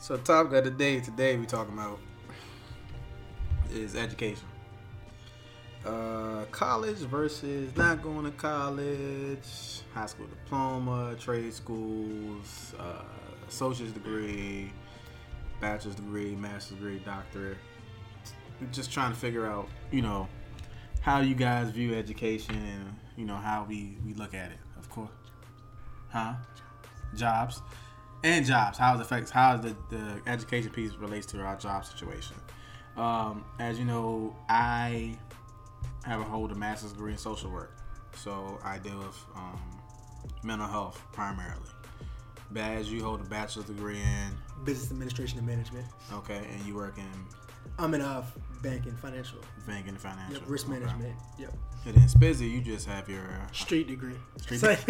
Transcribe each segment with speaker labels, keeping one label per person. Speaker 1: So topic of the day today we talking about is education. Uh, college versus not going to college, high school diploma, trade schools, uh, associate's degree, bachelor's degree, master's degree, doctorate. We're just trying to figure out, you know, how you guys view education and you know how we we look at it. Of course, huh? Jobs and jobs. How it affects how the the education piece relates to our job situation. Um, as you know, I have a hold a master's degree in social work, so I deal with um, mental health primarily. Baz, you hold a bachelor's degree in,
Speaker 2: Business administration and management.
Speaker 1: okay, and you work in
Speaker 2: I'm in uh, banking, financial,
Speaker 1: banking and financial
Speaker 2: yep, risk
Speaker 1: okay.
Speaker 2: management, yep.
Speaker 1: And then Spizzy, you just have your uh,
Speaker 3: Street degree.
Speaker 1: Street
Speaker 2: So-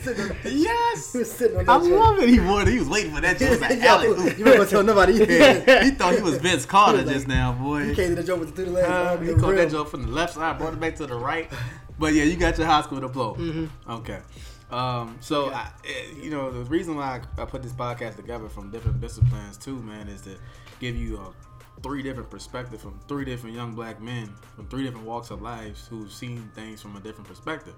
Speaker 2: Sitting on-
Speaker 1: yes.
Speaker 2: he was sitting on that
Speaker 1: I
Speaker 2: chair.
Speaker 1: love it. He wanted. He was waiting for that. Joke. It was like alley
Speaker 2: Yo, you better tell nobody.
Speaker 1: He thought he was Vince Carter
Speaker 2: He was like,
Speaker 1: just now, boy.
Speaker 2: You came to the joke with the two legs.
Speaker 1: Uh,
Speaker 2: I'm
Speaker 1: he
Speaker 2: being
Speaker 1: caught
Speaker 2: real.
Speaker 1: that joke from the left side, brought it back to the right. But yeah, you got your high school diploma. Okay. Um, so I, eh, you know the reason why I, I put this podcast together from different disciplines too, man, is to give you a three different perspective from three different young black men from three different walks of lives who've seen things from a different perspective.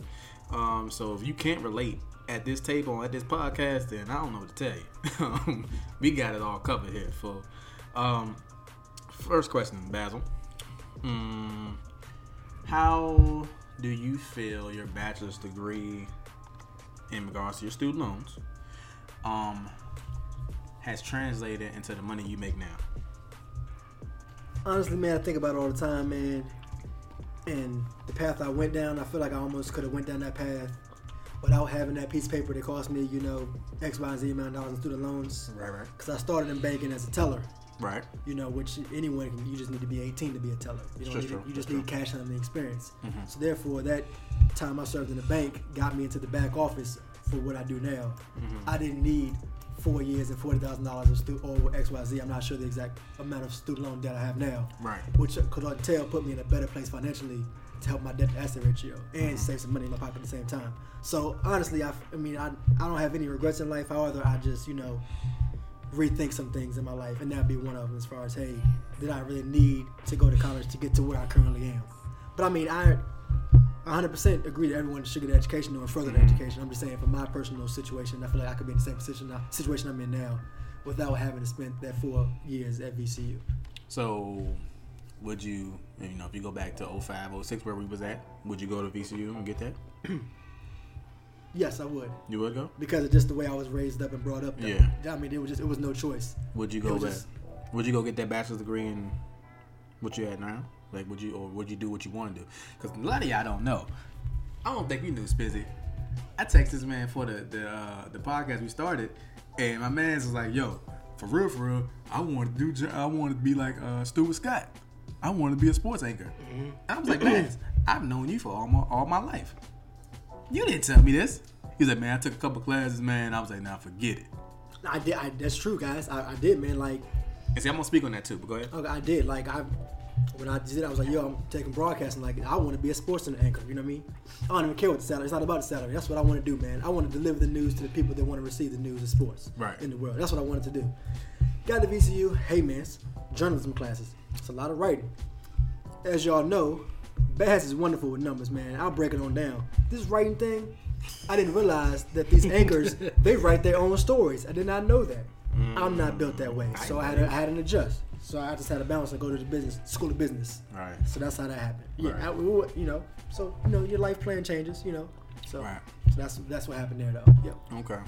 Speaker 1: Um, so if you can't relate at this table at this podcast, then I don't know what to tell you. Um, we got it all covered here. For um, first question, Basil. Mm, how do you feel your bachelor's degree in regards to your student loans um, has translated into the money you make now?
Speaker 2: honestly, man, I think about it all the time, man. And the path I went down, I feel like I almost could have went down that path without having that piece of paper that cost me, you know, X, Y, and Z amount of dollars in student loans.
Speaker 1: Right, right.
Speaker 2: Because I started in banking as a teller,
Speaker 1: Right.
Speaker 2: you know, which anyone can. You just need to be 18 to be a teller. You don't
Speaker 1: That's
Speaker 2: need,
Speaker 1: true, Mm-hmm.
Speaker 2: you just
Speaker 1: that's
Speaker 2: need cash on the experience. So therefore, that time I served in the bank got me into the back office for what I do now.
Speaker 1: Mm-hmm.
Speaker 2: I didn't need four years and forty thousand dollars of stu- or X, Y, Z. I'm not sure the exact amount of student loan debt I have now
Speaker 1: Right.
Speaker 2: which could I tell put me in a better place financially to help my debt to asset ratio and
Speaker 1: Mm-hmm.
Speaker 2: save some money in my pocket at the same time. So honestly, I, I mean, I, I don't have any regrets in life. However, I just you know rethink some things in my life, and that'd be one of them. As far as hey, did I really need to go to college to get to where I currently am? But I mean, I 100% agree that everyone should get an education or further their education. I'm just saying, for my personal situation, I feel like I could be in the same position situation I'm in now without having to spend that four years at VCU.
Speaker 1: So, would you, you know, if you go back to 05, 06, where we was at, would you go to VCU and get that?
Speaker 2: Yes, I would.
Speaker 1: You would go?
Speaker 2: because of just the way I was raised up and brought up. though.
Speaker 1: Yeah.
Speaker 2: I mean, it was just it was no choice.
Speaker 1: Would you go
Speaker 2: was
Speaker 1: back?
Speaker 2: just-
Speaker 1: Would you go get that bachelor's degree in what you had now? Like, would you or would you do what you want to do? Because a lot of y'all don't know. I don't think you knew Spizzy. I texted this man for the the uh, the podcast we started, and my man was like, "Yo, for real, for real, I want to do. jour- I want to be like uh, Stuart Scott. I want to be a sports anchor."
Speaker 2: Mm-hmm.
Speaker 1: I was like, "Man, I've known you for all my all my life. You didn't tell me this." He's like, "Man, I took a couple classes, man." I was like, "Nah, forget it."
Speaker 2: I did. I, that's true, guys. I, I did, man. Like
Speaker 1: And see, I'm gonna speak on that too. But go ahead.
Speaker 2: okay, I did. Like I when I did, it, I was like, yo, I'm taking broadcasting. Like I want to be a sports center anchor. You know what I mean? I don't even care what the salary. It's not about the salary. That's what I want to do, man. I want to deliver the news to the people that want to receive the news of sports
Speaker 1: Right.
Speaker 2: in the world. That's what I wanted to do. Got to VCU. Hey, man, it's journalism classes. It's a lot of writing. as y'all know, Bass is wonderful with numbers, man. I'll break it on down. This writing thing, I didn't realize that these anchors they write their own stories. I did not know that.
Speaker 1: Mm.
Speaker 2: I'm not built that way, so I had to, I had to adjust. So I just had to balance and go to the business school of business.
Speaker 1: Right.
Speaker 2: So that's how that happened. Yeah,
Speaker 1: Right.
Speaker 2: I- we were- you know. So you know your life plan changes. You know. So,
Speaker 1: Right.
Speaker 2: so that's that's what happened there though. Yep.
Speaker 1: Okay.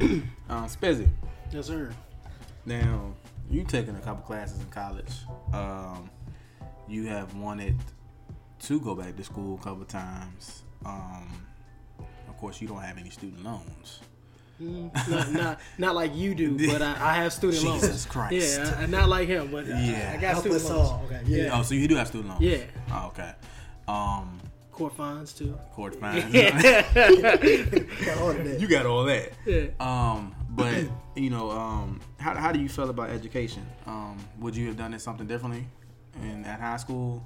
Speaker 1: okay. um, Spizzy,
Speaker 3: Yes, sir.
Speaker 1: now you taking a couple classes in college. Um, you have wanted to go back to school a couple times. Um, of course, you don't have any student loans.
Speaker 3: Mm, not, not, not like you do, but I, I have student loans.
Speaker 1: Jesus Christ.
Speaker 3: Yeah, I, not like him, but
Speaker 1: Yeah.
Speaker 3: yeah. I, got
Speaker 2: Help
Speaker 3: student
Speaker 2: us
Speaker 3: loans.
Speaker 2: all. Okay. Yeah.
Speaker 1: Oh, so you do have student loans?
Speaker 3: Yeah.
Speaker 1: Oh, okay. Um,
Speaker 3: Court fines too.
Speaker 1: court fines.
Speaker 2: Got all of that.
Speaker 1: you got all that.
Speaker 3: Yeah.
Speaker 1: Um, but you know, um, how how do you feel about education? Um, would you have done it something differently in at high school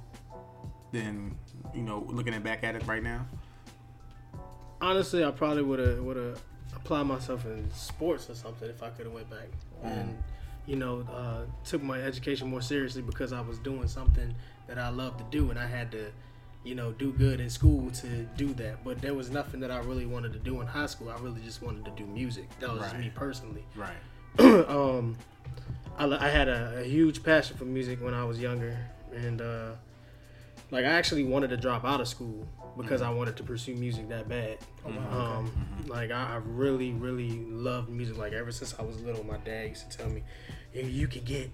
Speaker 1: than you know looking at back at it right now?
Speaker 3: Honestly, I probably would have would have apply myself in sports or something if I could have went back
Speaker 1: Mm.
Speaker 3: and you know uh, took my education more seriously because I was doing something that I loved to do and I had to you know do good in school to do that but there was nothing that I really wanted to do in high school I really just wanted to do music that was just
Speaker 1: Right.
Speaker 3: me personally
Speaker 1: Right.
Speaker 3: um, I, I had a, a huge passion for music when I was younger, and uh, like I actually wanted to drop out of school because I wanted to pursue music that bad. Um, Like I, I really, really loved music. Like ever since I was little, my dad used to tell me, "If you could get,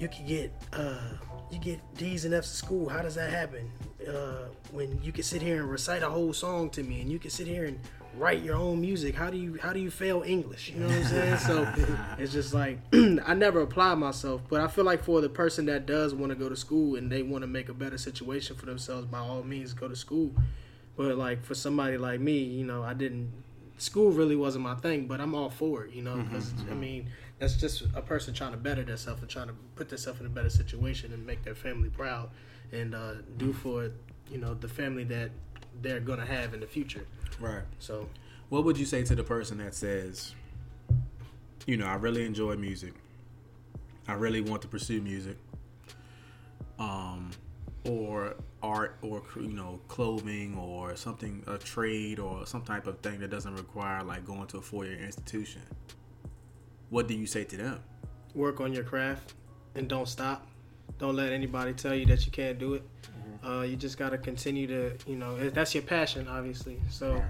Speaker 3: you could get, uh, you get D's and F's at school. How does that happen? Uh, when you can sit here and recite a whole song to me, and you can sit here and write your own music. How do you, how do you fail English? You know what I'm saying? so it's just like I never apply myself, but I feel like for the person that does want to go to school and they want to make a better situation for themselves, by all means, go to school. But like for somebody like me, you know, I didn't. School really wasn't my thing, but I'm all for it, you know, because I mean that's just a person trying to better themselves and trying to put themselves in a better situation and make their family proud and uh, do for you know the family that they're gonna have in the future.
Speaker 1: Right.
Speaker 3: So
Speaker 1: What would you say to the person that says, you know, I really enjoy music. I really want to pursue music. Um or art or you know clothing or something a trade or some type of thing that doesn't require like going to a four-year institution what do you say to them
Speaker 3: work on your craft and don't stop. Don't let anybody tell you that you can't do it.
Speaker 1: Mm-hmm.
Speaker 3: Uh, you just gotta continue to, you know, if that's your passion, obviously. So,
Speaker 1: Yeah.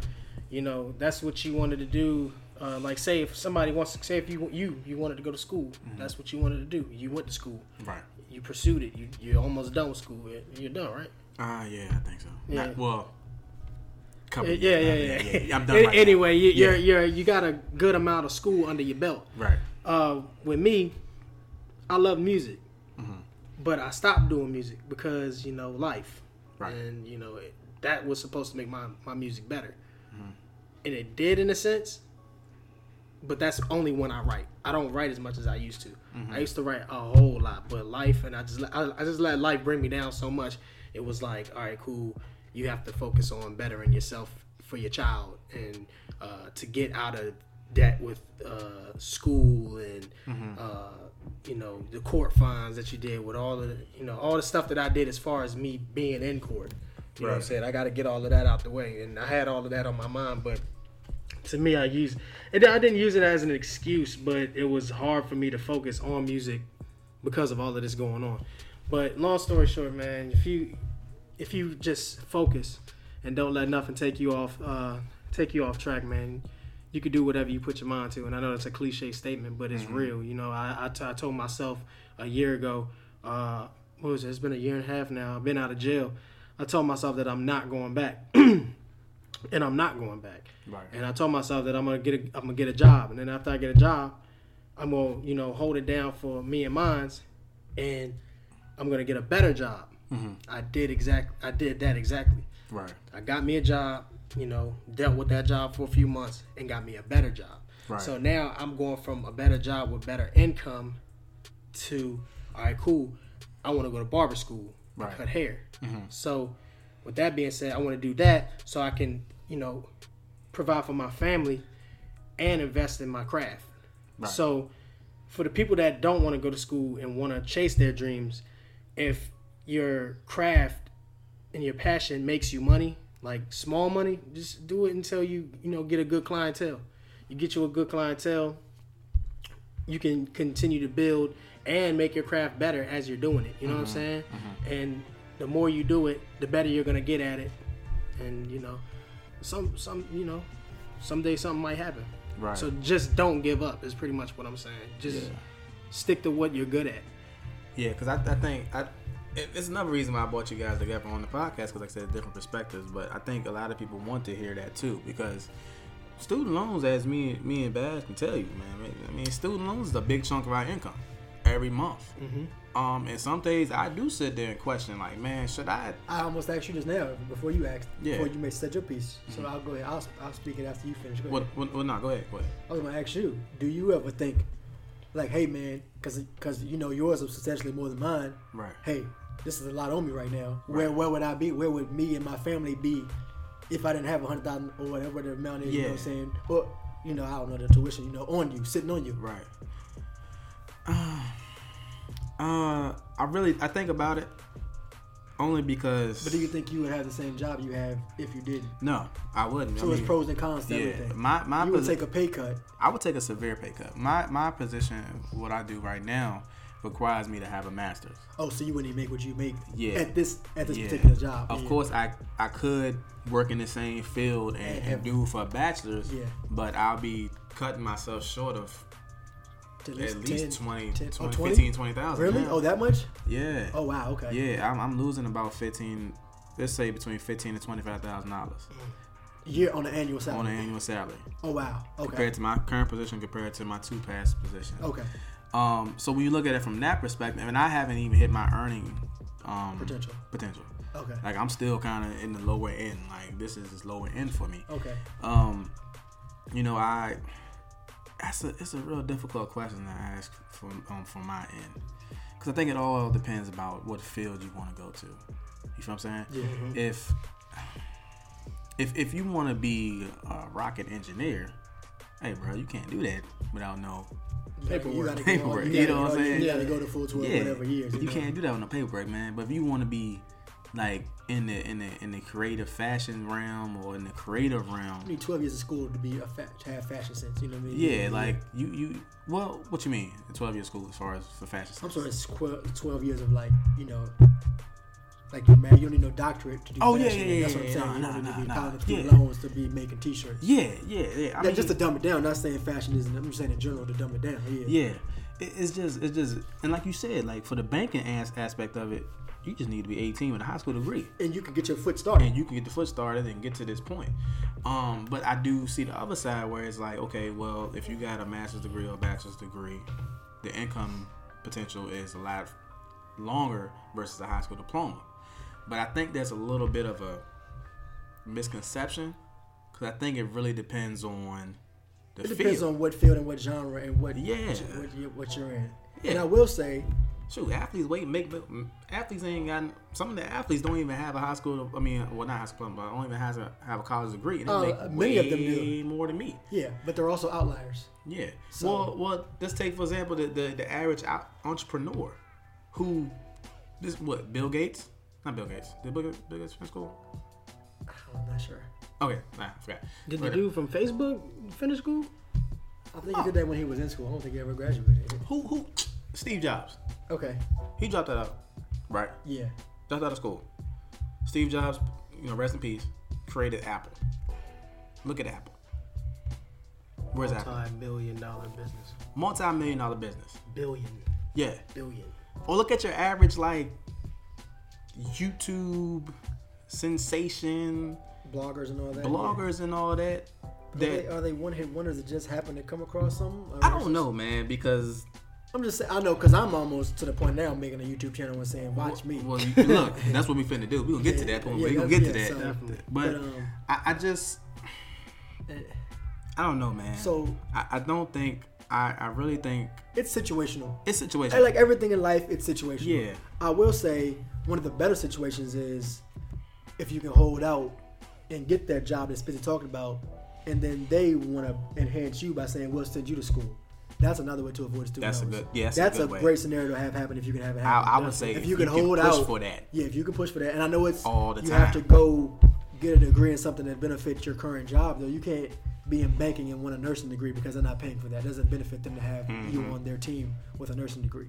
Speaker 3: you know, that's what you wanted to do. Uh, like, say if somebody wants to say if you you you wanted to go to school,
Speaker 1: Mm-hmm.
Speaker 3: that's what you wanted to do. You went to school,
Speaker 1: right
Speaker 3: you pursued it, you you're almost done with school. You're- You're done, right?
Speaker 1: ah yeah i think so
Speaker 3: Yeah.
Speaker 1: Not- well couple
Speaker 3: Yeah, yeah, yeah.
Speaker 1: years.
Speaker 3: yeah,
Speaker 1: i'm done
Speaker 3: A-
Speaker 1: right now.
Speaker 3: anyway, you,
Speaker 1: Yeah.
Speaker 3: you're you're you got a good amount of school under your belt.
Speaker 1: right
Speaker 3: uh, with me, I love music, but I stopped doing music because you know life,
Speaker 1: Right.
Speaker 3: and you know it, that was supposed to make my my music better, and it did in a sense. But that's only when I write. I don't write as much as I used to. I used to write a whole lot, but life and I just let- I, I just let life bring me down so much. It was like, all right, cool. You have to focus on bettering yourself for your child and uh, to get out of debt with uh, school and uh, you know the court fines that you did with all of the, you know all the stuff that I did as far as me being in court. You know what I'm
Speaker 1: Right.
Speaker 3: saying? I got to get all of that out the way, and I had all of that on my mind, but to me, I used it. I didn't use it as an excuse, but it was hard for me to focus on music because of all of this going on. But long story short, man, if you if you just focus and don't let nothing take you off uh, take you off track, man, you could do whatever you put your mind to. And I know that's a cliche statement, but it's real. You know, I I, t- I told myself a year ago, uh, what was it? It's been a year and a half now. I've been out of jail. I told myself that I'm not going back, and I'm not going back.
Speaker 1: right
Speaker 3: And I told myself that I'm gonna get a, I'm gonna get a job, and then after I get a job, I'm gonna you know hold it down for me and mine's, and I'm gonna get a better job. I did exact I did that exactly.
Speaker 1: right
Speaker 3: I got me a job, you know, dealt with that job for a few months, and got me a better job.
Speaker 1: Right.
Speaker 3: So now I'm going from a better job with better income to all right, cool. I want to go to barber school, and
Speaker 1: Right. Mm-hmm.
Speaker 3: cut hair. So, with that being said, I want to do that so I can, you know, provide for my family and invest in my craft.
Speaker 1: Right.
Speaker 3: So, for the people that don't want to go to school and want to chase their dreams, if your craft and your passion makes you money, like small money, just do it until you, you know, get a good clientele. You get you a good clientele, you can continue to build and make your craft better as you're doing it. You know what I'm saying? And the more you do it, the better you're gonna get at it. And you know, some some you know, someday something might happen.
Speaker 1: right
Speaker 3: So just don't give up is pretty much what I'm saying. Just stick to what you're good at.
Speaker 1: Yeah, because I, I think I, it, it's another reason why I brought you guys together on the podcast because, like I said, different perspectives. But I think a lot of people want to hear that too because student loans, as me, me and Bass can tell you, man. I mean, student loans is a big chunk of our income every month.
Speaker 2: Mm-hmm.
Speaker 1: Um, and some days I do sit there and question, like, man, should I?
Speaker 2: I almost asked you this now before you asked,
Speaker 1: Yeah. Mm-hmm.
Speaker 2: before you made said your piece. So I'll go ahead. I'll, I'll speak it after you finish. Go
Speaker 1: Well,
Speaker 2: ahead.
Speaker 1: well, well no, go ahead, go ahead.
Speaker 2: I was gonna ask you, do you ever think, like, hey man, because because you know yours is substantially more than mine.
Speaker 1: Right.
Speaker 2: Hey, this is a lot on me right now. Where where would I be? Where would me and my family be if I didn't have a hundred thousand or whatever the amount is? You know what
Speaker 1: Yeah.
Speaker 2: I'm saying? Or you know, I don't know, the tuition, you know, on you, sitting on you.
Speaker 1: Right. Uh, uh, I really I think about it only because
Speaker 2: But do you think you would have the same job you have if you didn't?
Speaker 1: no, I wouldn't.
Speaker 2: So
Speaker 1: I
Speaker 2: it's
Speaker 1: mean,
Speaker 2: pros and cons to
Speaker 1: Yeah,
Speaker 2: everything.
Speaker 1: my my
Speaker 2: you would
Speaker 1: posi-
Speaker 2: take a pay cut.
Speaker 1: I would take a severe pay cut. My my position, what I do right now, requires me to have a master's.
Speaker 2: Oh, so you wouldn't even make what you make
Speaker 1: Yeah.
Speaker 2: at this at this
Speaker 1: Yeah.
Speaker 2: particular job.
Speaker 1: Of
Speaker 2: Yeah.
Speaker 1: course, I I could work in the same field and, and do for a bachelor's,
Speaker 2: Yeah.
Speaker 1: but I'll be cutting myself short of
Speaker 2: To
Speaker 1: at least 20,
Speaker 2: 10 oh,
Speaker 1: 20,
Speaker 2: 20?
Speaker 1: 15, 20,000.
Speaker 2: Really?
Speaker 1: Yeah.
Speaker 2: Oh, that much?
Speaker 1: yeah.
Speaker 2: Oh, wow. Okay.
Speaker 1: Yeah, I'm, I'm losing about 15, let's say between 15 and $25,000
Speaker 2: Year on the annual salary.
Speaker 1: on an annual salary
Speaker 2: Oh, wow. Mm-hmm. Okay.
Speaker 1: compared to my current position compared to my two past positions.
Speaker 2: Okay.
Speaker 1: Um, so when you look at it from that perspective, and I haven't even hit my earning um,
Speaker 2: Potential.
Speaker 1: Potential.
Speaker 2: Okay.
Speaker 1: Like I'm still kind of in the lower end. Like this is this lower end for me.
Speaker 2: Okay.
Speaker 1: Um, you know, I that's a it's a real difficult question to ask from um, from my end because I think it all depends about what field you want to go to. You feel what I'm saying?
Speaker 2: Yeah. Mm-hmm.
Speaker 1: If if if you want to be a rocket engineer, hey, bro, you can't do that without no
Speaker 2: You
Speaker 3: Paperwork.
Speaker 2: gotta go on-
Speaker 1: Paperwork.
Speaker 2: You,
Speaker 1: You
Speaker 2: gotta
Speaker 1: know what I'm
Speaker 2: go-
Speaker 1: saying?
Speaker 2: You gotta go to full 12 whatever years.
Speaker 1: You,
Speaker 2: know?
Speaker 1: can't do that on the paperwork, man. But if you want to be like in the in the in the creative fashion realm or in the creative
Speaker 2: You
Speaker 1: realm,
Speaker 2: need 12 years of school to be a fa- to have fashion sense. You know what I mean?
Speaker 1: yeah, like you you well, what you mean? The twelve year school as far as for fashion.
Speaker 2: I'm
Speaker 1: sense?
Speaker 2: sorry, it's qu- 12 years of like, you know, like you're married, you don't need no doctorate to do
Speaker 1: Oh, yeah,
Speaker 2: fashion,
Speaker 1: yeah, yeah,
Speaker 2: That's what I'm
Speaker 1: yeah,
Speaker 2: saying.
Speaker 1: nah,
Speaker 2: you don't
Speaker 1: nah,
Speaker 2: need to be
Speaker 1: nah,
Speaker 2: piling
Speaker 1: nah.
Speaker 2: up student
Speaker 1: Yeah.
Speaker 2: loans to be making t shirts.
Speaker 1: Yeah, yeah, yeah. I
Speaker 2: Yeah,
Speaker 1: mean,
Speaker 2: just to dumb it down, not saying fashion isn't, I'm just saying in general to dumb it down. Yeah.
Speaker 1: yeah, it, it's just it's just and like you said, like for the banking as- aspect of it, you just need to be 18 with a high school degree.
Speaker 2: And you can get your foot started.
Speaker 1: and you can get the foot started and get to this point. Um, but I do see the other side where it's like, okay, well, if you got a master's degree or a bachelor's degree, the income potential is a lot longer versus a high school diploma. But I think that's a little bit of a misconception because I think it really depends on the
Speaker 2: It
Speaker 1: field.
Speaker 2: depends on what field and what genre and what
Speaker 1: Yeah.
Speaker 2: what, you, what you're in.
Speaker 1: Yeah.
Speaker 2: And I will say,
Speaker 1: Shoot, athletes wait make athletes ain't got some of the athletes don't even have a high school. I mean, well, not high school, but don't even have a, have a college degree, and they
Speaker 2: Oh,
Speaker 1: make
Speaker 2: many
Speaker 1: many
Speaker 2: of them do.
Speaker 1: more than me.
Speaker 2: yeah, but they're also outliers.
Speaker 1: Yeah.
Speaker 2: So-
Speaker 1: well, well, let's take for example the the, the average out- entrepreneur, who this what Bill Gates? Not Bill Gates. Did Bill, Ga- Bill Gates finish school?
Speaker 2: I'm not sure.
Speaker 1: Okay, nah, I forgot.
Speaker 3: Did the
Speaker 1: But
Speaker 3: dude from Facebook finish school?
Speaker 2: I think he did that when he was in school. I don't think he ever graduated.
Speaker 1: who who? Steve Jobs.
Speaker 2: Okay.
Speaker 1: He dropped out. of- Right.
Speaker 2: Yeah.
Speaker 1: Dropped out of school. Steve Jobs, you know, rest in peace, created Apple. Look at Apple. Where's Apple?
Speaker 3: Multi-billion dollar business.
Speaker 1: Multi-million dollar business.
Speaker 3: Billion.
Speaker 1: Yeah.
Speaker 3: Billion.
Speaker 1: Or look at your average like YouTube sensation.
Speaker 2: Bloggers and all that.
Speaker 1: bloggers and all that.
Speaker 2: Yeah. Are, they, uh,
Speaker 1: That
Speaker 2: are they one hit wonders that just happen to come across some?
Speaker 1: I don't know, man, because
Speaker 2: I'm just saying. I know because I'm almost to the point now. I'm making a YouTube channel and saying, "Watch me."
Speaker 1: well, you- look, that's what we finna do. We gonna get to that point.
Speaker 2: Yeah,
Speaker 1: we gonna get
Speaker 2: that's-
Speaker 1: to
Speaker 2: yeah,
Speaker 1: that.
Speaker 2: so-
Speaker 3: Definitely.
Speaker 1: but
Speaker 2: but, um,
Speaker 1: I, I just,
Speaker 2: eh,
Speaker 1: I don't know, man.
Speaker 2: So-
Speaker 1: I, I don't think I, I really think
Speaker 2: it's situational.
Speaker 1: it's
Speaker 2: And
Speaker 1: situation.
Speaker 2: like everything in life, it's situational.
Speaker 1: Yeah.
Speaker 2: I will say one of the better situations is if you can hold out and get that job that's busy talking about, and then they want to enhance you by saying, "We'll send you to school." That's another way to avoid student
Speaker 1: That's a
Speaker 2: loans.
Speaker 1: good- yeah, that's a
Speaker 2: that's a,
Speaker 1: good way.
Speaker 2: great scenario to have happen if you can have it
Speaker 1: I,
Speaker 2: happen.
Speaker 1: I would say
Speaker 2: if you can hold
Speaker 1: push
Speaker 2: out
Speaker 1: for that,
Speaker 2: Yeah, if you can push for that, and I know it's
Speaker 1: All the
Speaker 2: you
Speaker 1: time.
Speaker 2: have to go get a degree in something that benefits your current job. Though you can't be in banking and want a nursing degree because they're not paying for that. It doesn't benefit them to have
Speaker 1: Mm-hmm.
Speaker 2: you on their team with a nursing degree.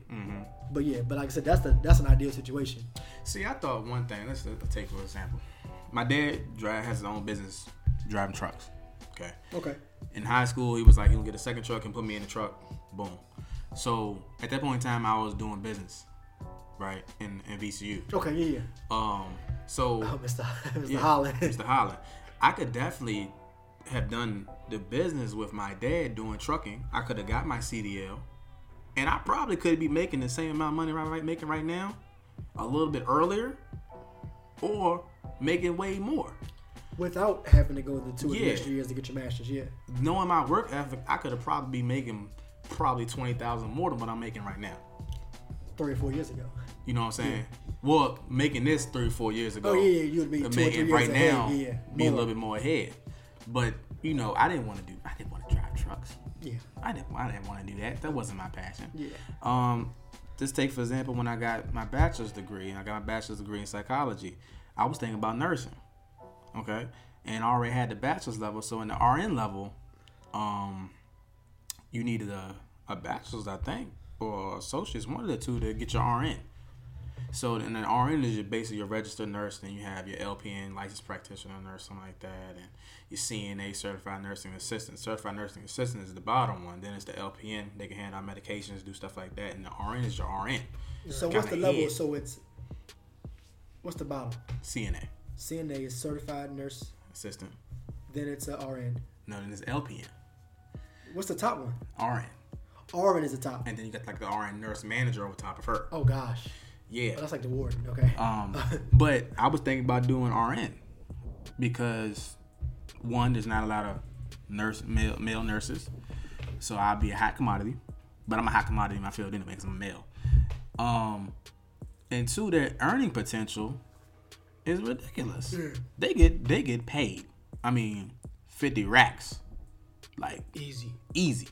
Speaker 2: But yeah, but like I said, that's the that's an ideal situation.
Speaker 1: See, I thought one thing. Let's, let's take for example. My dad drive has his own business, driving trucks. Okay.
Speaker 2: Okay.
Speaker 1: In high school, he was like, he'll get a second truck and put me in the truck. Boom. So at that point in time, I was doing business, right, in, in VCU.
Speaker 2: Okay. Yeah. Yeah.
Speaker 1: Um, so
Speaker 2: Oh, Mr. Mr.
Speaker 1: yeah,
Speaker 2: Holland.
Speaker 1: Mr. Holland, I could definitely have done the business with my dad doing trucking. I could have got my CDL, and I probably could be making the same amount of money I'm right- making right now, a little bit earlier, or making way more.
Speaker 2: Without having to go the two or
Speaker 1: Yeah.
Speaker 2: three extra years to get your master's. Yeah.
Speaker 1: knowing my work ethic, I could have probably be making probably twenty thousand more than what I'm making right now.
Speaker 2: Three or four years ago.
Speaker 1: You know what I'm saying? Well, making this three or four years ago,
Speaker 2: Oh, yeah, yeah, you would be
Speaker 1: but
Speaker 2: two or three
Speaker 1: making
Speaker 2: years
Speaker 1: right
Speaker 2: ahead,
Speaker 1: now
Speaker 2: yeah,
Speaker 1: be a
Speaker 2: more.
Speaker 1: little bit more ahead. But you know, I didn't want to do. I didn't want to drive trucks.
Speaker 2: Yeah.
Speaker 1: I didn't, I didn't want to do that. That wasn't my passion.
Speaker 2: Yeah.
Speaker 1: Um, just take for example when I got my bachelor's degree and I got my bachelor's degree in psychology, I was thinking about nursing. Okay, and I already had the bachelor's level, so in the RN level, um, you needed a, a bachelor's, I think, or associate's, one of the two to get your RN. So and an RN is your basically your registered nurse, then you have your LPN, licensed practitioner nurse, something like that, and your CNA, certified nursing assistant. Certified nursing assistant is the bottom one. Then it's the LPN. They can hand out medications, do stuff like that, and the RN is your RN,
Speaker 2: So what's the
Speaker 1: Kinda
Speaker 2: level?
Speaker 1: is.
Speaker 2: So it's what's the bottom?
Speaker 1: CNA
Speaker 2: CNA is certified nurse.
Speaker 1: assistant.
Speaker 2: Then it's a RN.
Speaker 1: No, then it's LPN,
Speaker 2: What's the top one?
Speaker 1: RN,
Speaker 2: RN is the top.
Speaker 1: and then you got like the RN nurse manager over top of her.
Speaker 2: Oh gosh,
Speaker 1: Yeah.
Speaker 2: Oh, that's like the warden. Okay.
Speaker 1: Um, but I was thinking about doing RN because one, there's not a lot of nurse male, male nurses, so I'll be a hot commodity. But I'm a hot commodity in my field anyway because I'm a male. Um, and two, their earning potential is ridiculous. They get they get paid. I mean, fifty racks, like
Speaker 3: Easy.
Speaker 1: easy,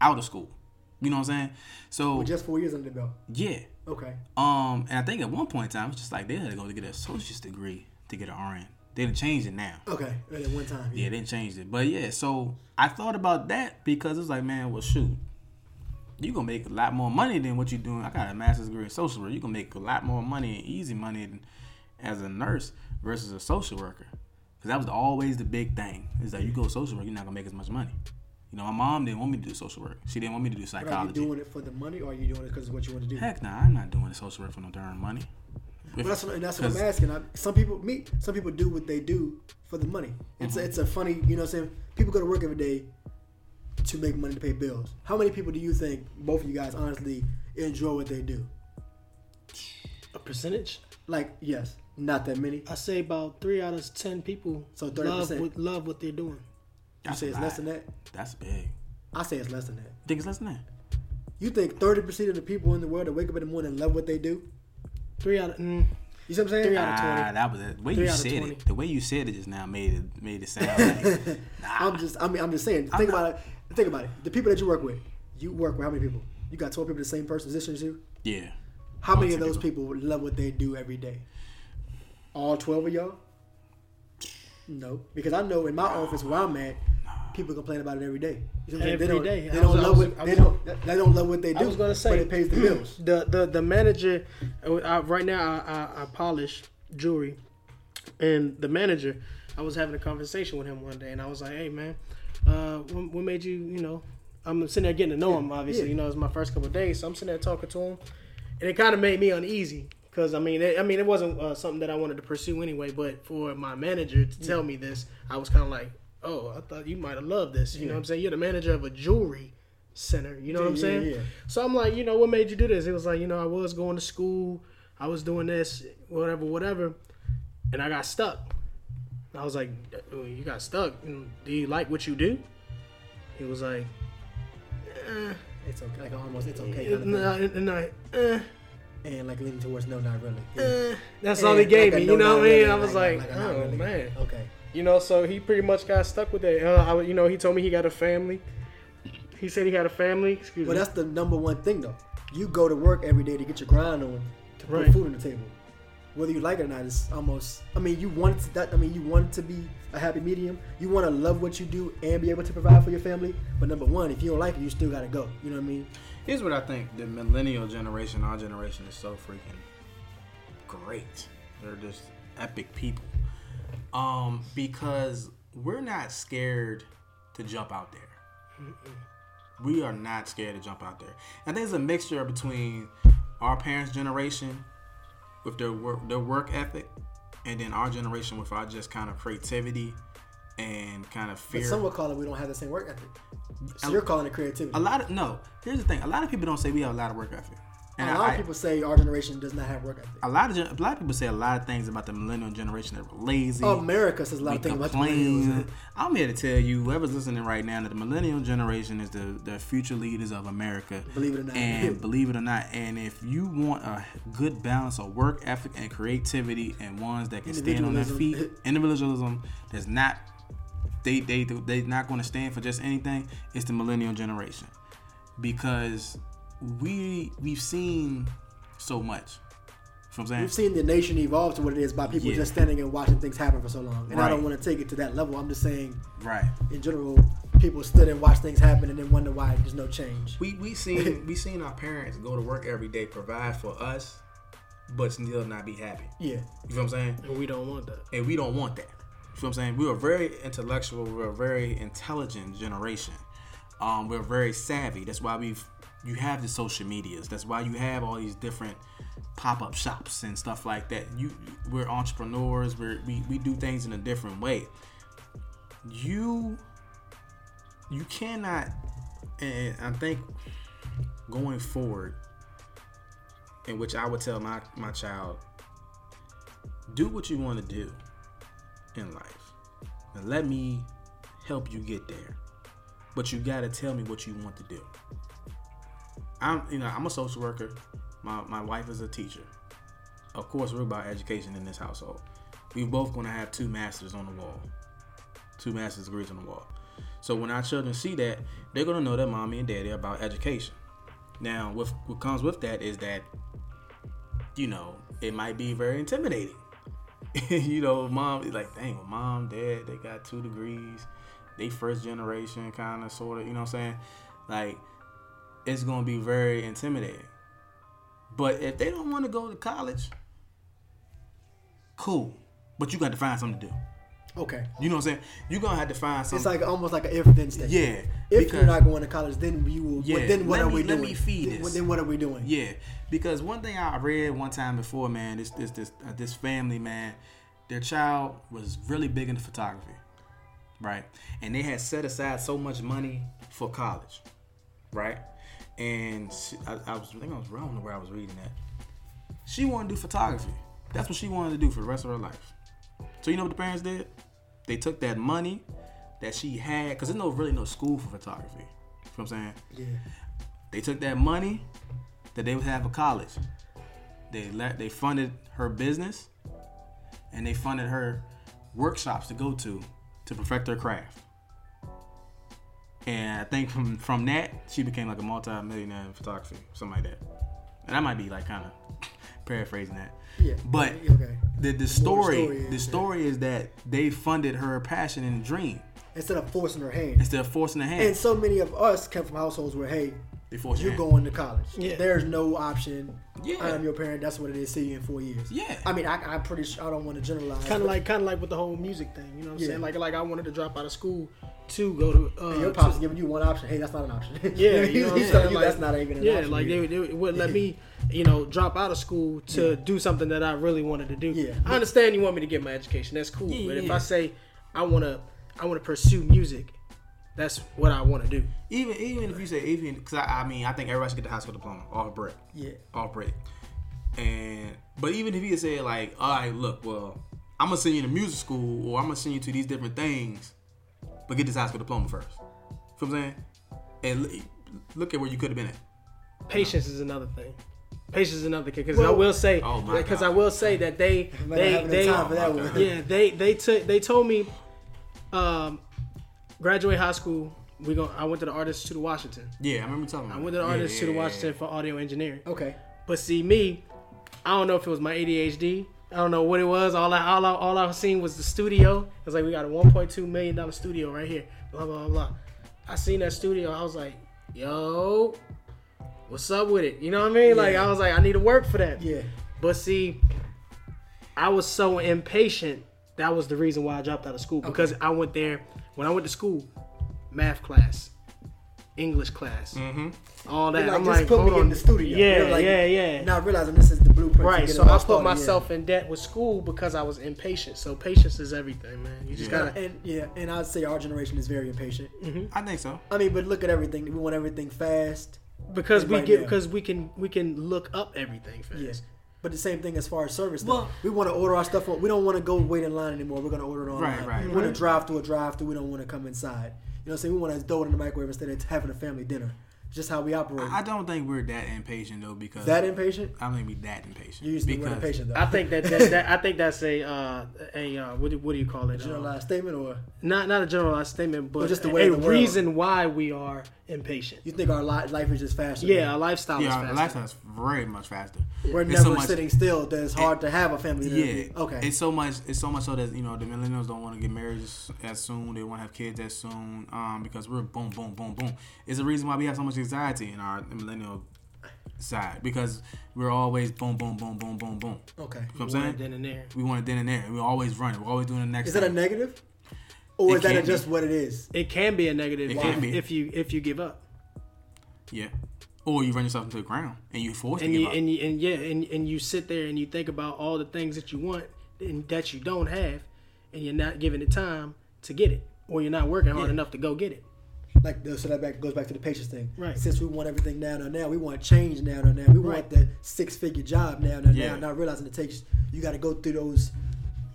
Speaker 1: out of school. You know what I'm saying? So
Speaker 2: Just four years under the belt.
Speaker 1: yeah,
Speaker 2: Okay.
Speaker 1: um, and I think at one point in time, it's just like they had to go to get an associate's degree to get an RN. They didn't change it now.
Speaker 2: Okay. And then one time.
Speaker 1: Yeah, they didn't change it. But yeah, so I thought about that because it's like, man, well, shoot, you gonna make a lot more money than what you doing. I got a master's degree in social work. You can make a lot more money and easy money than, as a nurse versus a social worker. Cause that was always the big thing. Is that you go social work, you're not gonna make as much money. You know, my mom didn't want me to do social work. She didn't want me to do
Speaker 2: But are you
Speaker 1: psychology.
Speaker 2: doing it for the money, or are you doing it because it's what you want to do?
Speaker 1: Heck, nah, I'm not doing the social work for no darn money.
Speaker 2: But that's what, and that's what I'm
Speaker 1: 'Cause-
Speaker 2: asking. I, some people me, some people do what they do for the money. It's
Speaker 1: Mm-hmm.
Speaker 2: a, it's a funny, you know, what I'm saying people go to work every day to make money to pay bills. How many people do you think both of you guys honestly enjoy what they do?
Speaker 3: A percentage?
Speaker 2: Like, yes, not that many.
Speaker 3: I say about three out of ten people
Speaker 2: So 30%.
Speaker 3: love what love what they're doing.
Speaker 2: You
Speaker 1: That's
Speaker 2: say
Speaker 1: a
Speaker 2: it's
Speaker 1: lot.
Speaker 2: less than that.
Speaker 1: That's big.
Speaker 2: I say it's less than that.
Speaker 1: Think it's less than that?
Speaker 2: You think 30 percent of the people in the world that wake up in the morning love what they do?
Speaker 3: Three out of mm,
Speaker 2: You see what I'm saying?
Speaker 3: Three out of- 20.
Speaker 1: Ah, that was it. The way
Speaker 3: Three
Speaker 1: you
Speaker 3: out of
Speaker 1: said
Speaker 3: 20.
Speaker 1: it, the way you said it just now made it made it sound like
Speaker 2: I'm just, I mean, I'm just saying. Think about it. Think about it. The people that you work with, you work with how many people? You got 12 people in the same person position as you.
Speaker 1: yeah.
Speaker 2: How many of
Speaker 1: Lots
Speaker 2: those
Speaker 1: of
Speaker 2: people would love what they do every day? All 12 of y'all? No. Because I know in my office where I'm at, people complain about it every day. You know what I'm saying?
Speaker 3: Every
Speaker 2: they don't,
Speaker 3: day.
Speaker 2: They
Speaker 3: I
Speaker 2: don't,
Speaker 3: was- I
Speaker 2: love
Speaker 3: was-
Speaker 2: what,
Speaker 3: I
Speaker 2: they,
Speaker 3: was-
Speaker 2: don't, they don't love what they do.
Speaker 3: I was gonna say
Speaker 2: But it pays the bills.
Speaker 3: The the the manager, uh, I, right now I, I, I polish jewelry, and the manager, I was having a conversation with him one day, and I was like, "Hey man, uh, what, what made you you know?" I'm sitting there getting to know him. Obviously,
Speaker 2: Yeah.
Speaker 3: you know, it's my first couple of days, so I'm sitting there talking to him, and it kind of made me uneasy because I mean, it, I mean, it wasn't uh, something that I wanted to pursue anyway. But for my manager to tell me this, I was kind of like, "Oh, I thought you might have loved this." You know what I'm saying? You're the manager of a jewelry center. You know what I'm
Speaker 2: Yeah,
Speaker 3: saying?
Speaker 2: yeah.
Speaker 3: So I'm like, you know, what made you do this? It was like, you know, I was going to school, I was doing this, whatever, whatever, and I got stuck. I was like, "Uh, you got stuck. You know, Do you like what you do? He was like, eh,
Speaker 2: It's okay. Like almost, it's okay. kind of thing.
Speaker 3: nah, nah, eh,
Speaker 2: And like leaning towards no, not really. Yeah.
Speaker 3: eh. That's
Speaker 2: And
Speaker 3: all he gave
Speaker 2: like a
Speaker 3: me.
Speaker 2: no,
Speaker 3: You know
Speaker 2: not
Speaker 3: what I mean?
Speaker 2: really,
Speaker 3: I was like,
Speaker 2: a not
Speaker 3: oh
Speaker 2: really.
Speaker 3: man.
Speaker 2: Okay.
Speaker 3: You know, so he pretty much got stuck with that. Uh, I, was- you know, he told me he got a family. He said he had a family. Excuse
Speaker 2: Well,
Speaker 3: me.
Speaker 2: that's the number one thing though. You go to work every day to get your grind on, to
Speaker 3: Right.
Speaker 2: put food on the table. Whether you like it or not, it's almost. I mean, you want it to, that. I mean, you want it to be a happy medium. You want to love what you do and be able to provide for your family. But number one, if you don't like it, you still gotta go. You know what I mean?
Speaker 1: Here's what I think: the millennial generation, our generation, is so freaking great. They're just epic people. Um, because we're not scared to jump out there. We are not scared to jump out there. And there's a mixture between our parents' generation with their work, their work ethic, and then our generation with our just kind of creativity and kind of
Speaker 2: But
Speaker 1: fear.
Speaker 2: some would call it we don't have the same work ethic. So you're calling it creativity.
Speaker 1: A
Speaker 2: A lot,
Speaker 1: lot of no. Here's the thing. A lot of people don't say we have a lot of work ethic. And I-
Speaker 2: of people say our generation does not have work ethic.
Speaker 1: a lot of gen- a lot of people say a lot of things about the millennial generation that were lazy.
Speaker 2: America says a lot
Speaker 1: we
Speaker 2: of things Oh, about the
Speaker 1: complain.
Speaker 2: millennials.
Speaker 1: I'm here to tell you, whoever's listening right now, that the millennial generation is the, the future leaders of America.
Speaker 2: Believe it or not.
Speaker 1: And believe it or not, and if you want a good balance of work ethic and creativity and ones that can stand on their feet,
Speaker 2: Individualism.
Speaker 1: individualism that's not they they they not going to stand for just anything. It's the millennial generation because we we've seen so much. You know what I'm saying?
Speaker 2: We've seen the nation evolve to what it is by people
Speaker 1: Yeah.
Speaker 2: just standing and watching things happen for so long. And I
Speaker 1: Right.
Speaker 2: don't want to take it to that level. I'm just saying,
Speaker 1: right.
Speaker 2: in general, people stood and watched things happen and then wonder why there's no change.
Speaker 1: We we seen we seen our parents go to work every day, provide for us, but still not be happy. You
Speaker 2: Yeah.
Speaker 1: know what I'm saying?
Speaker 3: And we don't want that.
Speaker 1: and we don't want that. You know what I'm saying? We're a very intellectual, we're a very intelligent generation. Um, we're very savvy. That's why we've you have the social medias. That's why you have all these different pop-up shops and stuff like that. You we're entrepreneurs. We're, we we do things in a different way. You you cannot, and I think going forward, in which I would tell my my child, do what you want to do in life and let me help you get there but you gotta tell me what you want to do i'm you know i'm a social worker my, my wife is a teacher of course we're about education in this household we both gonna have two masters on the wall two master's degrees on the wall so when our children see that they're gonna know that mommy and daddy are about education now with, what comes with that is that you know it might be very intimidating you know, mom it's like, dang, well, mom, dad, they got two degrees. They first generation kind of sort of, you know what I'm saying? Like it's going to be very intimidating. But if they don't want to go to college, cool. But you got to find something to do.
Speaker 2: Okay.
Speaker 1: You know what I'm saying? You're going to have to find
Speaker 2: It's
Speaker 1: something.
Speaker 2: like almost like an if then statement.
Speaker 1: yeah.
Speaker 2: If
Speaker 1: because-
Speaker 2: you're not going to college, then you will.
Speaker 1: Yeah,
Speaker 2: Yeah. Then what
Speaker 1: let
Speaker 2: are
Speaker 1: me-
Speaker 2: we
Speaker 1: let
Speaker 2: doing?
Speaker 1: me feed
Speaker 2: then,
Speaker 1: this.
Speaker 2: then what are we doing?
Speaker 1: Yeah, because one thing I read one time before, man, this this this uh, this family, man, their child was really big into photography, right? And they had set aside so much money for college, right? And she, I, I was I think I was I don't know where I was reading that. She wanted to do photography. That's what she wanted to do for the rest of her life. So you know what the parents did? They took that money that she had, cause there's no really no school for photography. You know what I'm saying?
Speaker 2: Yeah.
Speaker 1: They took that money that they would have at college. They let they funded her business and they funded her workshops to go to to perfect her craft. And I think from from that she became like a multi-millionaire in photography, something like that. And I might be like kind of paraphrasing that.
Speaker 2: Yeah.
Speaker 1: But
Speaker 2: Okay.
Speaker 1: the, the story
Speaker 2: story is
Speaker 1: the
Speaker 2: that-
Speaker 1: story is that they funded her passion and dream
Speaker 2: Instead of forcing her hand.
Speaker 1: instead of forcing her hand.
Speaker 2: And so many of us come from households where, hey,
Speaker 1: they forced her
Speaker 2: you're
Speaker 1: hand.
Speaker 2: going to college.
Speaker 3: Yeah.
Speaker 2: There's no option.
Speaker 1: Yeah.
Speaker 2: I'm your parent. That's what it is. See you in four years.
Speaker 1: Yeah.
Speaker 2: I mean, I, I'm pretty sure I don't want to generalize.
Speaker 3: Kind
Speaker 2: but
Speaker 3: of like, kind of like with the whole music thing. You know what I'm
Speaker 2: Yeah.
Speaker 3: saying? Like, like I wanted to drop out of school to go to. Uh,
Speaker 2: your
Speaker 3: to-
Speaker 2: pops is giving you one option. Hey, that's not an option.
Speaker 3: Yeah,
Speaker 2: he's,
Speaker 3: you know what I'm
Speaker 2: he's telling
Speaker 3: saying?
Speaker 2: you
Speaker 3: Like-
Speaker 2: that's not even an
Speaker 3: yeah,
Speaker 2: option.
Speaker 3: like they, would- they would- wouldn't let me, you know, drop out of school to do something that I really wanted to do.
Speaker 2: Yeah.
Speaker 3: I understand you want me to get my education. That's cool.
Speaker 1: Yeah,
Speaker 3: but if
Speaker 1: yeah.
Speaker 3: I say I want to, I want to pursue music, that's what I want to do.
Speaker 1: Even even if you say even because I, I mean I think everybody should get the high school diploma off break,
Speaker 2: yeah,
Speaker 1: off break, and but even if you said like, all right, look, well, I'm gonna send you to music school or I'm gonna send you to these different things, but get this high school diploma first. Feel what I'm saying? And l- look at where you could have been at.
Speaker 3: Patience is another thing. Patience is another thing because I
Speaker 2: Well-
Speaker 3: will say
Speaker 1: Oh my
Speaker 3: because
Speaker 1: God.
Speaker 3: I will say that they
Speaker 2: might not
Speaker 3: they
Speaker 2: have enough
Speaker 3: they
Speaker 2: time for that
Speaker 1: Oh my
Speaker 2: one.
Speaker 1: God.
Speaker 3: yeah they they took they told me, um, graduate high school. We go. I went to the Art Institute of Washington.
Speaker 1: Yeah, I remember talking. About
Speaker 3: I went to the
Speaker 1: yeah,
Speaker 3: Art Institute
Speaker 1: yeah,
Speaker 3: of
Speaker 1: yeah,
Speaker 3: Washington for audio engineering.
Speaker 2: Okay.
Speaker 3: But see me, I don't know if it was my ADHD. I don't know what it was. All I all I all I seen was the studio. It was like we got a 1.2 million dollar studio right here. Blah blah blah. blah. I seen that studio. I was like, yo, what's up with it? You know what I mean? Like I was like, I need to work for that.
Speaker 2: Yeah.
Speaker 3: But see, I was so impatient. That was the reason why I dropped out of school because I went there when I went to school, math class, English class, all that.
Speaker 2: Mm-hmm. Like,
Speaker 3: I'm
Speaker 2: just
Speaker 3: like,
Speaker 2: put
Speaker 3: hold
Speaker 2: me in
Speaker 3: on.
Speaker 2: the studio.
Speaker 3: Yeah,
Speaker 2: You know, like,
Speaker 3: yeah, yeah.
Speaker 2: Now realizing this is the blueprint.
Speaker 3: Right,
Speaker 2: To get
Speaker 3: so
Speaker 2: it all
Speaker 3: I put
Speaker 2: started, yeah.
Speaker 3: myself in debt with school because I was impatient. So patience is everything, man. You just
Speaker 1: Yeah.
Speaker 3: gotta.
Speaker 2: And yeah, and I'd say our generation is very impatient.
Speaker 1: yeah. I think so.
Speaker 2: I mean, but look at everything. We want everything fast.
Speaker 3: because we
Speaker 2: Right
Speaker 3: get
Speaker 2: now.
Speaker 3: because we can we can look up everything fast.
Speaker 2: Yeah. But the same thing as far as service. Well,
Speaker 1: Well-
Speaker 2: we want to order our stuff. on- We don't want to go wait in line anymore. We're going to order it online.
Speaker 1: Right, right,
Speaker 2: We want to
Speaker 1: right.
Speaker 2: drive through a drive through. We don't want to come inside. You know what I'm saying? We want to throw it in the microwave instead of having a family dinner. just how we operate.
Speaker 1: I don't think we're that impatient though because
Speaker 2: that impatient?
Speaker 1: I don't think we're that impatient.
Speaker 2: You used to be more
Speaker 1: because-
Speaker 2: impatient though.
Speaker 3: I think that, that, that I think that's a uh, a uh, what, do, what do you call it? Uh,
Speaker 2: generalized statement, or
Speaker 3: not not a generalized statement, but
Speaker 2: just the
Speaker 3: a-
Speaker 2: way
Speaker 3: a
Speaker 2: of the world.
Speaker 3: reason why we are impatient.
Speaker 2: you think our li- life is just faster?
Speaker 3: Yeah, our lifestyle
Speaker 1: Yeah,
Speaker 3: is
Speaker 1: our
Speaker 3: faster.
Speaker 1: lifestyle's very much faster.
Speaker 2: we're
Speaker 1: It's
Speaker 2: never
Speaker 1: so much-
Speaker 2: sitting still. That it's hard to have a family. than-
Speaker 1: Yeah.
Speaker 2: okay.
Speaker 1: It's so much. It's so much so that you know the millennials don't want to get married as- as soon. They want to have kids as soon. Um, because we're boom, boom, boom, boom. It's the reason why we have so much anxiety in our millennial side because we're always boom, boom, boom, boom, boom, boom.
Speaker 2: okay.
Speaker 1: You know what
Speaker 3: Right
Speaker 1: I'm saying?
Speaker 3: then and there.
Speaker 1: We want it then and there. We're always running. We're always doing the next.
Speaker 2: Is that a
Speaker 1: thing.
Speaker 2: negative, or
Speaker 1: It
Speaker 2: is that a
Speaker 1: can be.
Speaker 2: just what it is?
Speaker 3: It can be a negative
Speaker 1: It
Speaker 3: if,
Speaker 1: can be.
Speaker 3: if you if you give up
Speaker 1: Yeah. Or you run yourself into the ground and you force
Speaker 3: and
Speaker 1: to
Speaker 3: you,
Speaker 1: give up.
Speaker 3: and you and yeah and, and you sit there and you think about all the things that you want and that you don't have, and you're not giving it time to get it, or you're not working hard
Speaker 2: Yeah.
Speaker 3: enough to go get it.
Speaker 2: Like so that back goes back to the patience thing.
Speaker 3: Right.
Speaker 2: Since we want everything now, now, now, we want change now, now, now. We
Speaker 3: Right.
Speaker 2: want the six figure job now, now,
Speaker 1: Yeah.
Speaker 2: now. Not realizing it takes you got to go through those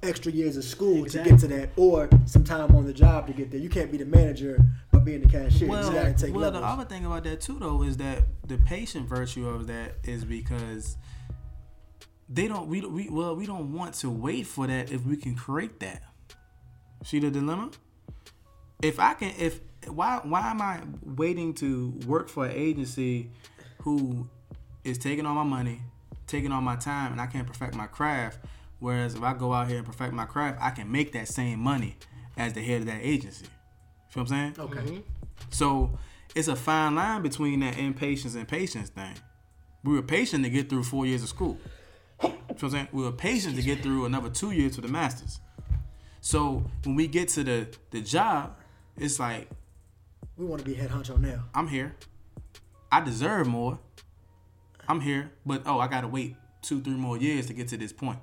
Speaker 2: extra years of school
Speaker 3: Exactly.
Speaker 2: to get to that, or some time on the job to get there. You can't be the manager by being the cashier.
Speaker 1: Well,
Speaker 2: you got to take
Speaker 1: well the
Speaker 2: levels.
Speaker 1: other thing about that too, though, is that the patient virtue of that is because they don't we, we well we don't want to wait for that if we can create that. See the dilemma? If I can, if why why am I waiting to work for an agency who is taking all my money, taking all my time, and I can't perfect my craft? Whereas if I go out here and perfect my craft, I can make that same money as the head of that agency. Feel what I'm saying?
Speaker 2: okay.
Speaker 1: So it's a fine line between that impatience and patience thing. We were patient to get through four years of school. You know what I'm saying? We were patient to get through another two years for the masters. So when we get to the the job, it's like
Speaker 2: We want to be head honcho now.
Speaker 1: I'm here. I deserve more. I'm here, but oh, I gotta wait two, three more years to get to this point.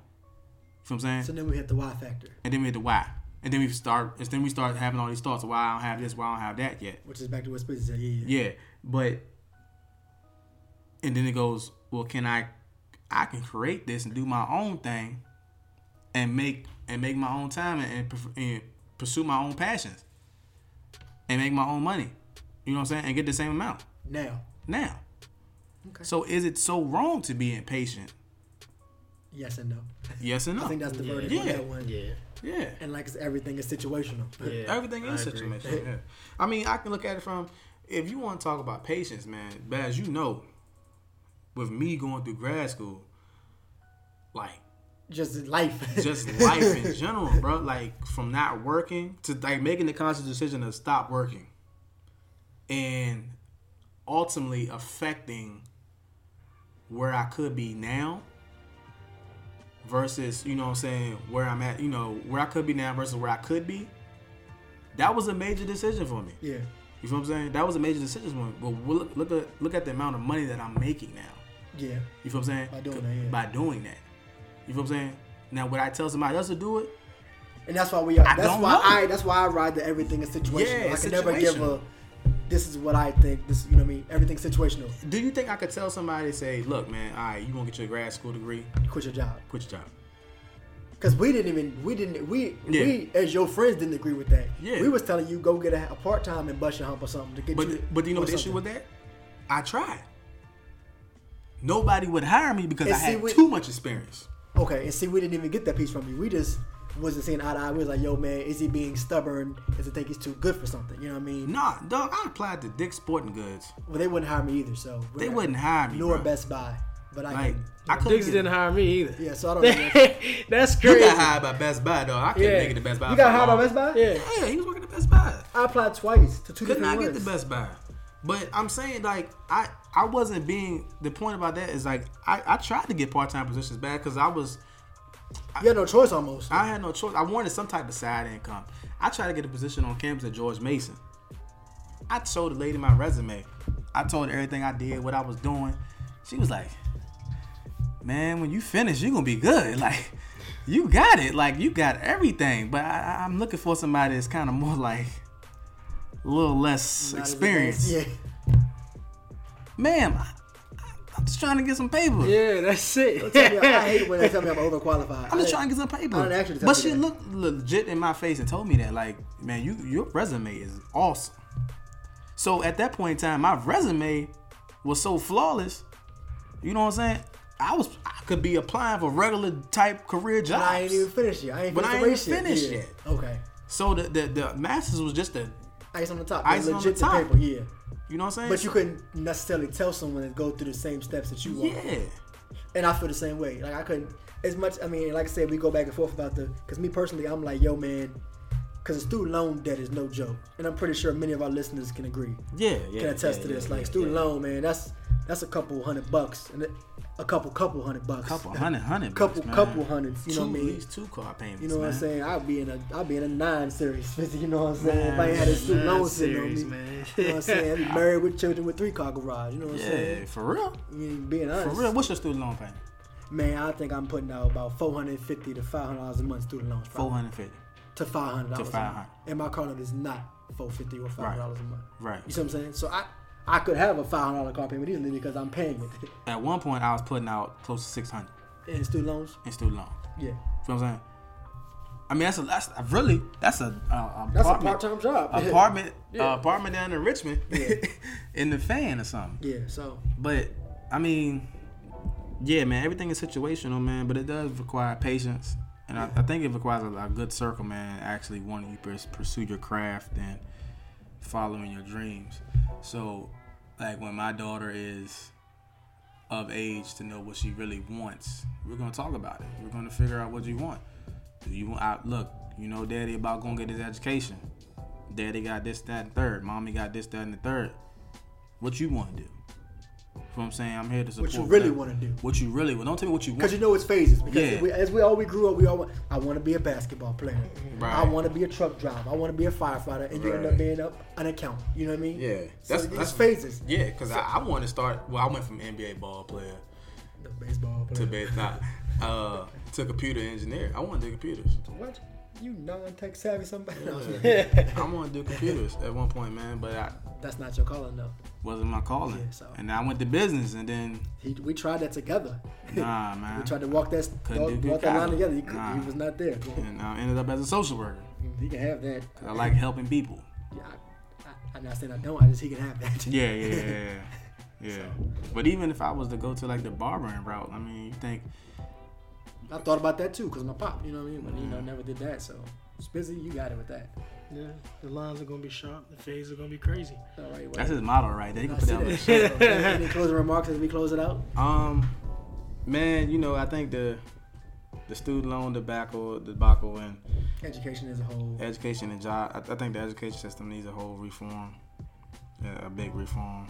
Speaker 1: You know what I'm saying?
Speaker 2: So then we hit the Y factor,
Speaker 1: and then we hit the why, and then we start, and then we start having all these thoughts: why I don't have this, why I don't have that yet.
Speaker 2: which is back to what Spitz said. Yeah, yeah.
Speaker 1: Yeah, but and then it goes, well, can I? I can create this and do my own thing, and make and make my own time and, and, perf- and pursue my own passions, and make my own money. You know what I'm saying? And get the same amount
Speaker 2: Now,
Speaker 1: now.
Speaker 2: Okay.
Speaker 1: So is it so wrong to be impatient?
Speaker 2: yes and no.
Speaker 1: Yes and no.
Speaker 2: I think that's the verdict on
Speaker 1: Yeah.
Speaker 2: that one.
Speaker 3: Yeah,
Speaker 1: yeah.
Speaker 2: And like it's- everything is situational.
Speaker 3: yeah.
Speaker 1: Everything
Speaker 3: I
Speaker 1: is
Speaker 3: agree.
Speaker 1: situation. Yeah. I mean, I can look at it from if you want to talk about patience, man. But as you know, with me going through grad school, like
Speaker 2: Just life.
Speaker 1: just life in general, bro. Like from not working to like making the conscious decision to stop working, and ultimately affecting where I could be now versus you know what I'm saying where I'm at. You know where I could be now versus where I could be. That was a major decision for me.
Speaker 2: yeah.
Speaker 1: You feel what I'm saying? That was a major decision for me. But we'll look, look at look at the amount of money that I'm making now.
Speaker 2: Yeah.
Speaker 1: You feel what I'm saying?
Speaker 2: By doing that, yeah.
Speaker 1: By doing that. You feel what I'm saying? Now, would I tell somebody else to do it?
Speaker 2: And that's why we are.
Speaker 1: I
Speaker 2: that's
Speaker 1: don't
Speaker 2: why
Speaker 1: know.
Speaker 2: I. That's why I ride that everything is situational.
Speaker 1: Yeah,
Speaker 2: I
Speaker 1: it's
Speaker 2: can never give
Speaker 1: situational.
Speaker 2: a. This is what I think. This, you know what I mean. Everything's situational.
Speaker 1: Do you think I could tell somebody, say, look, man, all right, you want to get your grad school degree?
Speaker 2: Quit your job.
Speaker 1: Quit your job.
Speaker 2: Cause we didn't even. We didn't. We
Speaker 1: Yeah.
Speaker 2: we as your friends didn't agree with that.
Speaker 1: Yeah.
Speaker 2: We was telling you go get a, a part time and bust your hump or something to get
Speaker 1: But,
Speaker 2: you.
Speaker 1: but do you know
Speaker 2: or
Speaker 1: what the issue
Speaker 2: something.
Speaker 1: with that? I tried. Nobody would hire me because
Speaker 2: And
Speaker 1: I
Speaker 2: see,
Speaker 1: had
Speaker 2: we-
Speaker 1: too much experience.
Speaker 2: Okay, and see, we didn't even get that piece from you. We just wasn't seeing eye to eye. We was like, yo, man, is he being stubborn? Does he think he's too good for something? You know what I mean?
Speaker 1: Nah, dog, I applied to Dick's Sporting Goods.
Speaker 2: Well, they wouldn't hire me either, so we're
Speaker 1: They
Speaker 2: not-
Speaker 1: wouldn't hire me.
Speaker 2: Nor
Speaker 1: bro.
Speaker 2: Best Buy, but I
Speaker 1: Like,
Speaker 2: can.
Speaker 1: I couldn't.
Speaker 3: Diggs
Speaker 1: get-
Speaker 3: didn't hire me either.
Speaker 2: Yeah, so I don't. know.
Speaker 3: That's
Speaker 1: You
Speaker 3: crazy.
Speaker 1: got hired by Best Buy, dog. I couldn't
Speaker 3: Yeah.
Speaker 1: make it to Best Buy.
Speaker 2: You
Speaker 1: for
Speaker 2: got hired by
Speaker 1: long.
Speaker 2: Best Buy?
Speaker 3: Yeah.
Speaker 1: Yeah, he was working at Best Buy.
Speaker 2: I applied twice to two
Speaker 1: could
Speaker 2: different
Speaker 1: not get the
Speaker 2: ones.
Speaker 1: Best Buy. But I'm saying like I I wasn't being the point about that is like I, I tried to get part time positions back because I was
Speaker 2: You had no choice almost.
Speaker 1: I had no choice. I wanted some type of side income. I tried to get a position on campus at George Mason. I told the lady my resume. I told her everything I did, what I was doing. She was like, "Man, when you finish, you gonna be good. Like, you got it. Like, you got everything. But I, I- I'm looking for somebody that's kind of more like a little less
Speaker 2: Not as
Speaker 1: experience.
Speaker 2: advanced.
Speaker 1: ma'am, I, I- I'm just trying to get some paper.
Speaker 3: Yeah, that's it.
Speaker 2: Yeah. yeah. I hate when they tell me I'm overqualified.
Speaker 1: I'm just
Speaker 2: I-
Speaker 1: trying to get some paper.
Speaker 2: I didn't actually tell
Speaker 1: but
Speaker 2: you
Speaker 1: she
Speaker 2: that.
Speaker 1: looked legit in my face and told me that, like, man, you your resume is awesome. So at that point in time, my resume was so flawless. You know what I'm saying? I was I could be applying for regular type career jobs.
Speaker 2: I ain't even finished yet. I ain't
Speaker 1: But
Speaker 2: finished
Speaker 1: I
Speaker 2: the
Speaker 1: ain't
Speaker 2: race yet.
Speaker 1: finished
Speaker 2: Yeah.
Speaker 1: yet.
Speaker 2: Okay.
Speaker 1: so the, the the masters was just a
Speaker 2: Ice on the top.
Speaker 1: Ice
Speaker 2: legit
Speaker 1: on the
Speaker 2: to
Speaker 1: top.
Speaker 2: paper, yeah.
Speaker 1: you know what I'm saying?
Speaker 2: But you couldn't necessarily tell someone to go through the same steps that you walked.
Speaker 1: yeah.
Speaker 2: And I feel the same way. Like I couldn't as much. I mean, like I said, we go back and forth about the. Because me personally, I'm like, yo, man, because student loan debt is no joke, and I'm pretty sure many of our listeners can agree,
Speaker 1: Yeah, yeah.
Speaker 2: can attest
Speaker 1: yeah,
Speaker 2: to this.
Speaker 1: yeah,
Speaker 2: like
Speaker 1: yeah,
Speaker 2: student
Speaker 1: yeah.
Speaker 2: loan, man, that's that's a couple hundred bucks, and it- a couple couple hundred bucks,
Speaker 1: couple hundred hundred
Speaker 2: couple
Speaker 1: bucks, man.
Speaker 2: couple hundreds. You know
Speaker 1: Two-
Speaker 2: what I
Speaker 1: at
Speaker 2: mean?
Speaker 1: least two car payments.
Speaker 2: You know what
Speaker 1: man.
Speaker 2: I'm saying? I'll be in a I'll be in a nine series, 50, you know what I'm saying? if I
Speaker 1: Nine-
Speaker 2: ain't had a student
Speaker 3: Nine
Speaker 2: loan sitting on me.
Speaker 3: series, man.
Speaker 2: You know what I'm saying? I'd be married with children with three car garage, you know what I'm
Speaker 1: Yeah,
Speaker 2: saying?
Speaker 1: for real.
Speaker 2: I mean, being
Speaker 1: For
Speaker 2: honest.
Speaker 1: real. What's your student loan payment?
Speaker 2: Man, I think I'm putting out about four hundred and fifty to five hundred dollars a month student loans.
Speaker 1: Four
Speaker 2: probably.
Speaker 1: hundred fifty.
Speaker 2: to five hundred dollars
Speaker 1: To
Speaker 2: a month.
Speaker 1: 500.
Speaker 2: And my car note is not four fifty or five hundred dollars a month.
Speaker 1: Right.
Speaker 2: You see what I'm saying? So I I could have a five hundred dollar car payment easily because I'm paying it.
Speaker 1: At one point, I was putting out close to six hundred
Speaker 2: and student loans,
Speaker 1: in student loan.
Speaker 2: yeah.
Speaker 1: You know what I'm saying? I mean, that's a that's a- really that's a, a- a
Speaker 2: That's a
Speaker 1: apartment,
Speaker 2: part time job.
Speaker 1: apartment
Speaker 2: Yeah.
Speaker 1: uh, apartment down in Richmond in the fan or something.
Speaker 2: yeah, so
Speaker 1: But I mean, yeah, man, everything is situational, man. But it does require patience, and I, I think it requires a, a good circle, man. Actually, wanting you pers- pursue your craft and following your dreams. So, like when my daughter is of age to know what she really wants, we're gonna talk about it. We're gonna figure out what you want. Do you want? I, look, you know, Daddy about gonna get his education. Daddy got this, that, and third. Mommy got this, that, and the third. What you want to do? You know what I'm saying? I'm here to support.
Speaker 2: you really
Speaker 1: that.
Speaker 2: wanna do.
Speaker 1: What you really want. Don't tell me what you want.
Speaker 2: Because you know it's phases. Because
Speaker 1: Yeah.
Speaker 2: we, as we all we grew up, we all want, I want to be a basketball player.
Speaker 1: Right.
Speaker 2: I want to be a truck driver. I want to be a firefighter, and you end up
Speaker 4: Right.
Speaker 2: being up an accountant. You know what I mean?
Speaker 4: Yeah,
Speaker 2: So
Speaker 4: that's-
Speaker 2: that's,
Speaker 4: that's-
Speaker 2: phases.
Speaker 1: yeah,
Speaker 4: Because I, I want to start. Well, I went from NBA ball player
Speaker 2: The baseball
Speaker 4: to
Speaker 2: player.
Speaker 4: bed, not uh, to computer engineer. I want to do computers.
Speaker 2: what? You non-tech savvy somebody?
Speaker 4: I want to do computers at one point, man. But I
Speaker 2: that's not your calling though.
Speaker 1: wasn't my calling.
Speaker 2: Yeah, so-
Speaker 1: And I went to business, and then
Speaker 2: He, we tried that together.
Speaker 1: nah, man.
Speaker 2: we tried to walk that
Speaker 1: Couldn't do
Speaker 2: walk,
Speaker 1: good
Speaker 2: walk that line
Speaker 1: copy.
Speaker 2: together. He, could,
Speaker 1: Nah.
Speaker 2: he was not there.
Speaker 1: and I ended up as a social worker.
Speaker 2: He can have that.
Speaker 1: 'cause I like helping people.
Speaker 2: Yeah, I, I, I'm not saying I don't. I just he can have that.
Speaker 1: Yeah, yeah, yeah, yeah. yeah. But even if I was to go to like the barbering route, I mean, you think
Speaker 2: I thought about that too, cause my pop, you know what I mean. But you
Speaker 1: Mm.
Speaker 2: know, never did that. So, Spizzy, you got it with that.
Speaker 3: Yeah, the lines are gonna be sharp. The fades are gonna be crazy.
Speaker 2: All right, well,
Speaker 1: that's his motto right there. You can put that on
Speaker 2: I
Speaker 1: the
Speaker 2: see that. Any closing remarks as we close it out?
Speaker 1: Um,
Speaker 4: man, you know, I think the the student loan debacle, debacle, and
Speaker 2: Education as a whole.
Speaker 4: education and job. I, I think the education system needs a whole reform, a, a big reform.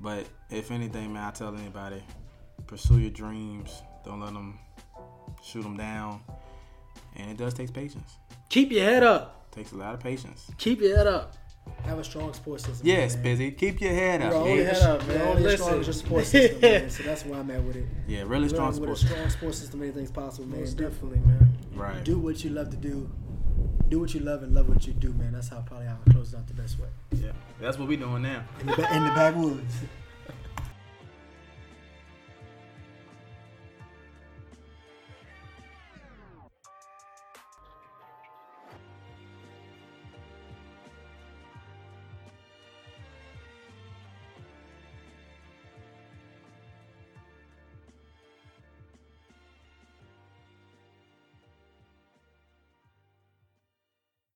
Speaker 4: But if anything, man, I tell anybody, pursue your dreams. Don't let them shoot them down. And it does take patience.
Speaker 3: Keep your head up.
Speaker 4: takes a lot of patience.
Speaker 3: Keep your head up.
Speaker 2: Have a strong support system.
Speaker 4: Yes,
Speaker 2: man.
Speaker 4: busy. Keep your head
Speaker 2: You're
Speaker 4: up.
Speaker 2: only,
Speaker 4: Yeah,
Speaker 3: head up,
Speaker 2: you're
Speaker 3: man.
Speaker 2: only as strong
Speaker 3: Listen.
Speaker 2: as your support system, man. So that's where I'm at with it.
Speaker 4: yeah really strong
Speaker 2: Learn with a
Speaker 4: support.
Speaker 2: strong support system, anything's possible, man.
Speaker 3: Most
Speaker 2: Do-
Speaker 3: definitely, man.
Speaker 4: Right.
Speaker 2: Do what you love to do. Do what you love and love what you do, man. That's how probably how I close it out the best way.
Speaker 4: Yeah. That's what we doing now.
Speaker 2: In the, ba- in the backwoods.